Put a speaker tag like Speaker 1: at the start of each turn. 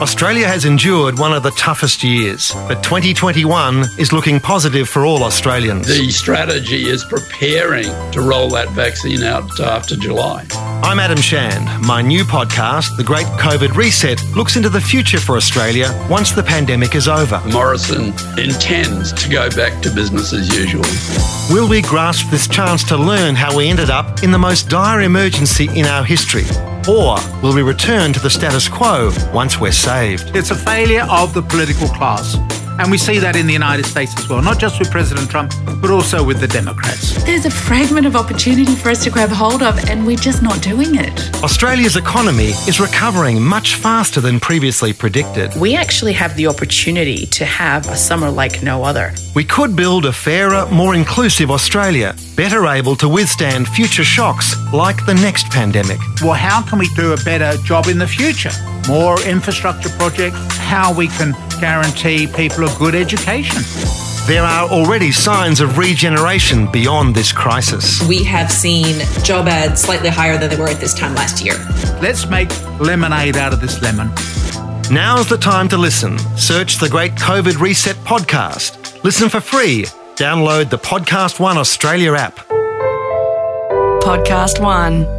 Speaker 1: Australia has endured one of the toughest years, but 2021 is looking positive for all Australians.
Speaker 2: The strategy is preparing to roll that vaccine out after July.
Speaker 1: I'm Adam Shan. My new podcast, The Great COVID Reset, looks into the future for Australia once the pandemic is over.
Speaker 2: Morrison intends to go back to business as usual.
Speaker 1: Will we grasp this chance to learn how we ended up in the most dire emergency in our history? Or will we return to the status quo once we're saved?
Speaker 3: It's a failure of the political class. And we see that in the United States as well, not just with President Trump, but also with the Democrats.
Speaker 4: There's a fragment of opportunity for us to grab hold of, and we're just not doing it.
Speaker 1: Australia's economy is recovering much faster than previously predicted.
Speaker 5: We actually have the opportunity to have a summer like no other.
Speaker 1: We could build a fairer, more inclusive Australia, better able to withstand future shocks like the next pandemic.
Speaker 3: Well, how can we do a better job in the future? More infrastructure projects, how we can guarantee people a good education.
Speaker 1: There are already signs of regeneration beyond this crisis.
Speaker 6: We have seen job ads slightly higher than they were at this time last year.
Speaker 3: Let's make lemonade out of this lemon.
Speaker 1: Now's the time to listen. Search the Great COVID Reset podcast. Listen for free. Download the Podcast One Australia app.
Speaker 7: Podcast One.